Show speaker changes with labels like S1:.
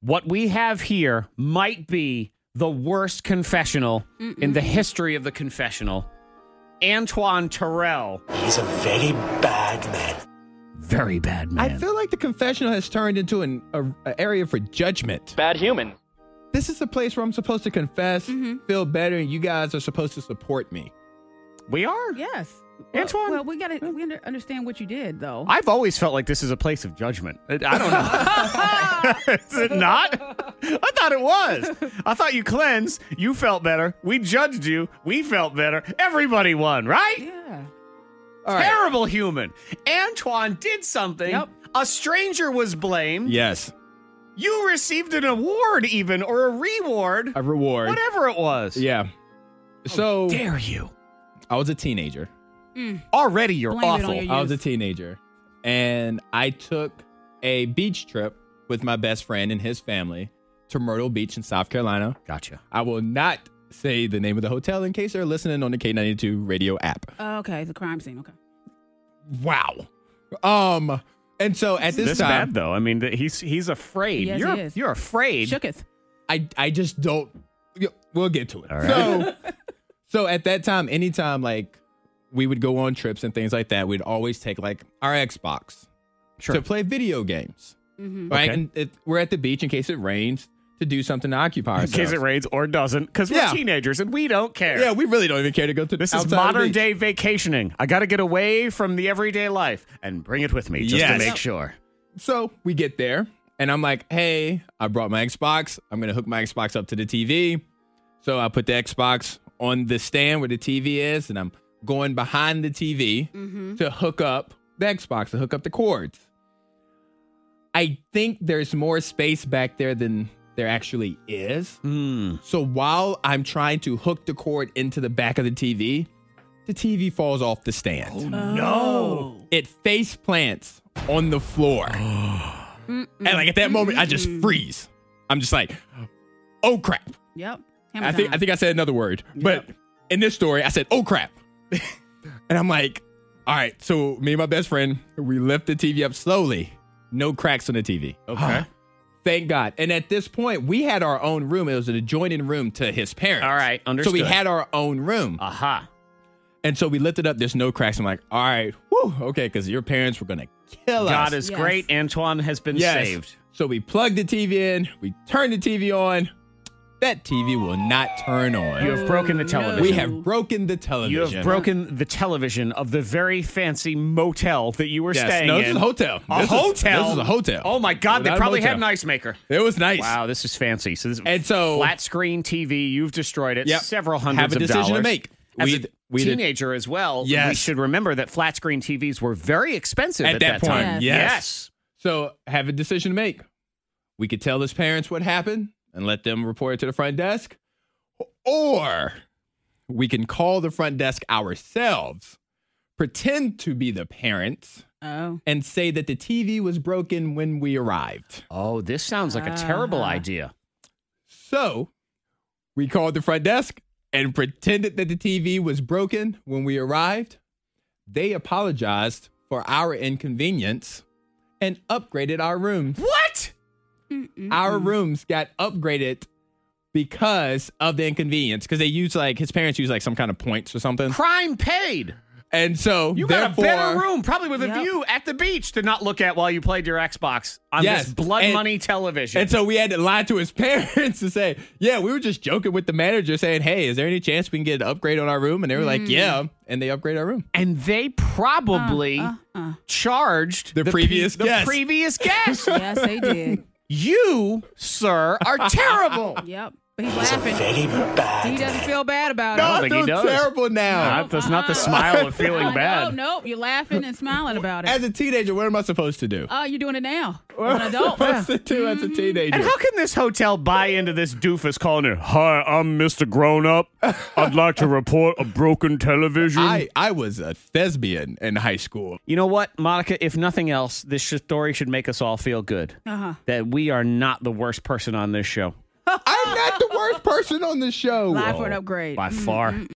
S1: What we have here might be the worst confessional in the history of the confessional. Antoine Terrell,
S2: He's a very bad man.
S1: very bad man.
S3: I feel like the confessional has turned into an a, a area for judgment.
S4: Bad human.
S3: This is the place where I'm supposed to confess, feel better, and you guys are supposed to support me.
S1: we are.
S5: Yes.
S1: Antoine-
S5: Well, we got to we under- understand what you did, though.
S1: I've always felt like this is a place of judgment. I I don't know. is it not? I thought it was. I thought you cleansed. You felt better. We judged you. We felt better. Everybody won, right?
S5: yeah.
S3: All right.
S1: Terrible human. Antoine did something.
S5: Yep.
S1: A stranger was blamed.
S3: Yes,
S1: You received an award, even, or a reward,
S3: a reward.
S1: whatever it was.
S3: Yeah. So
S1: Dare you?
S3: I was a teenager.
S1: Already you're
S5: Blame it on
S1: awful.
S5: your-
S3: I was a teenager, and I took a beach trip with my best friend and his family to Myrtle Beach in South Carolina.
S1: Gotcha.
S3: I will not say the name of the hotel in case they're listening on the K92 radio app.
S5: Uh, okay, the crime scene. Okay.
S3: Wow. Um. And so at this
S1: That's
S3: time,
S1: bad though. I mean, th- he's he's afraid.
S5: Yes,
S1: you're
S5: he is.
S1: you're afraid.
S5: Shooketh.
S3: I I just don't. yeah, We'll get to it.
S1: All right.
S3: So, so at that time, anytime like we would go on trips and things like that, we'd always take like our Xbox
S1: Sure.
S3: to play video games.
S1: Okay.
S3: Right, and it, we're at the beach in case it rains to do something to occupy
S1: in
S3: ourselves.
S1: case it rains or doesn't, because we're
S3: Yeah.
S1: teenagers and we don't care.
S3: Yeah, we really don't even care to go to
S1: this is
S3: outside of the
S1: modern
S3: beach.
S1: day vacationing. I got to get away from the everyday life and bring it with me just to
S3: Yes.
S1: make sure.
S3: So we get there, and I'm like, hey, I brought my Xbox. I'm going to hook my Xbox up to the TV. So I put the Xbox on the stand where the TV is, and I'm going behind the TV to hook up the Xbox, to hook up the cords. I think there's more space back there than there actually is. So while I'm trying to hook the cord into the back of the TV, the TV falls off the stand.
S1: No.
S3: It face plants on the floor. and like at that moment, I just freeze. I'm just like, oh crap.
S5: Yep. Hammer
S3: I think
S5: time.
S3: I think I said another word. But in this story, I said, oh crap. and I'm like, all right, so me and my best friend, we lift the TV up slowly. No cracks on the TV.
S1: Okay.
S3: Thank God. And at this point, we had our own room. It was an adjoining room to his parents.
S1: All right, understood.
S3: So we had our own room.
S1: Aha.
S3: And so we lifted up. There's no cracks. I'm like, all right, whew, okay, because your parents were gonna kill us.
S1: God is
S5: Yes.
S1: great. Antoine has been
S3: Yes.
S1: saved.
S3: So we plugged the TV in. We turned the TV on. That TV will not turn on.
S1: You have broken the
S5: Oh, no.
S1: television.
S3: we have broken the television.
S1: You have broken the television of the very fancy motel that you were
S3: Yes.
S1: staying
S3: No,
S1: in.
S3: this is a hotel.
S1: A
S3: This is-
S1: hotel.
S3: this is a hotel.
S1: Oh my God!
S3: Not
S1: they
S3: a
S1: probably had
S3: motel.
S1: an ice maker.
S3: It was nice.
S1: Wow, this is fancy. So this
S3: And so-
S1: flat screen TV. You've destroyed it.
S3: Yep.
S1: Several hundreds
S3: Have a
S1: of
S3: decision
S1: dollars.
S3: to make.
S1: As
S3: We'd-
S1: a
S3: we'd-
S1: teenager as well. We
S3: Yes.
S1: should remember that flat screen TVs were very expensive at,
S3: At that point,
S1: time.
S3: yes. So have a decision to make. We could tell his parents what happened and let them report it to the front desk, or we can call the front desk ourselves, pretend to be the parents,
S5: Oh.
S3: and say that the TV was broken when we arrived.
S1: Oh, this sounds like a terrible idea.
S3: So we called the front desk and pretended that the TV was broken when we arrived. They apologized for our inconvenience and upgraded our rooms.
S1: What?
S3: our
S1: Mm-hmm.
S3: rooms got upgraded because of the inconvenience because they use like his parents use like some kind of points or something
S1: Crime paid.
S3: and so
S1: You got a
S3: therefore
S1: better room, probably with a
S5: Yep.
S1: view at the beach to not look at while you played your Xbox on
S3: Yes.
S1: this blood
S3: And-
S1: money television.
S3: and so we had to lie to his parents to say yeah we were just joking with the manager saying hey is there any chance we can get an upgrade on our room and they were
S1: Mm.
S3: like yeah and they upgrade our room
S1: and they probably charged
S3: The previous
S1: the
S3: guest.
S1: previous guest.
S5: Yes, they did.
S1: you, sir, are terrible.
S5: Yep. But he's
S2: He's a
S5: laughing.
S2: very
S5: He
S2: bad man.
S5: doesn't feel bad about
S1: No,
S5: it.
S1: I think he
S3: feel
S1: does.
S3: terrible now
S1: Not- that's Oh, not the smile of feeling bad.
S5: No, oh, nope. You're laughing and smiling about it.
S3: as a teenager what am i supposed to do
S5: Oh, you're doing it now. You're an
S3: what
S5: adult.
S3: am I supposed to do as a teenager
S1: And how can this hotel buy into this doofus calling it, Hi, I'm Mr. Grown Up. I'd like to report a broken television.
S3: I, I was a thespian in high school
S1: you know what, Monica? If nothing else, this sh- story should make us all feel good
S5: Uh-huh.
S1: that we are not the worst person on this show
S3: i'm not the worst person on the show
S1: Oh,
S5: Lie for an upgrade.
S1: by far.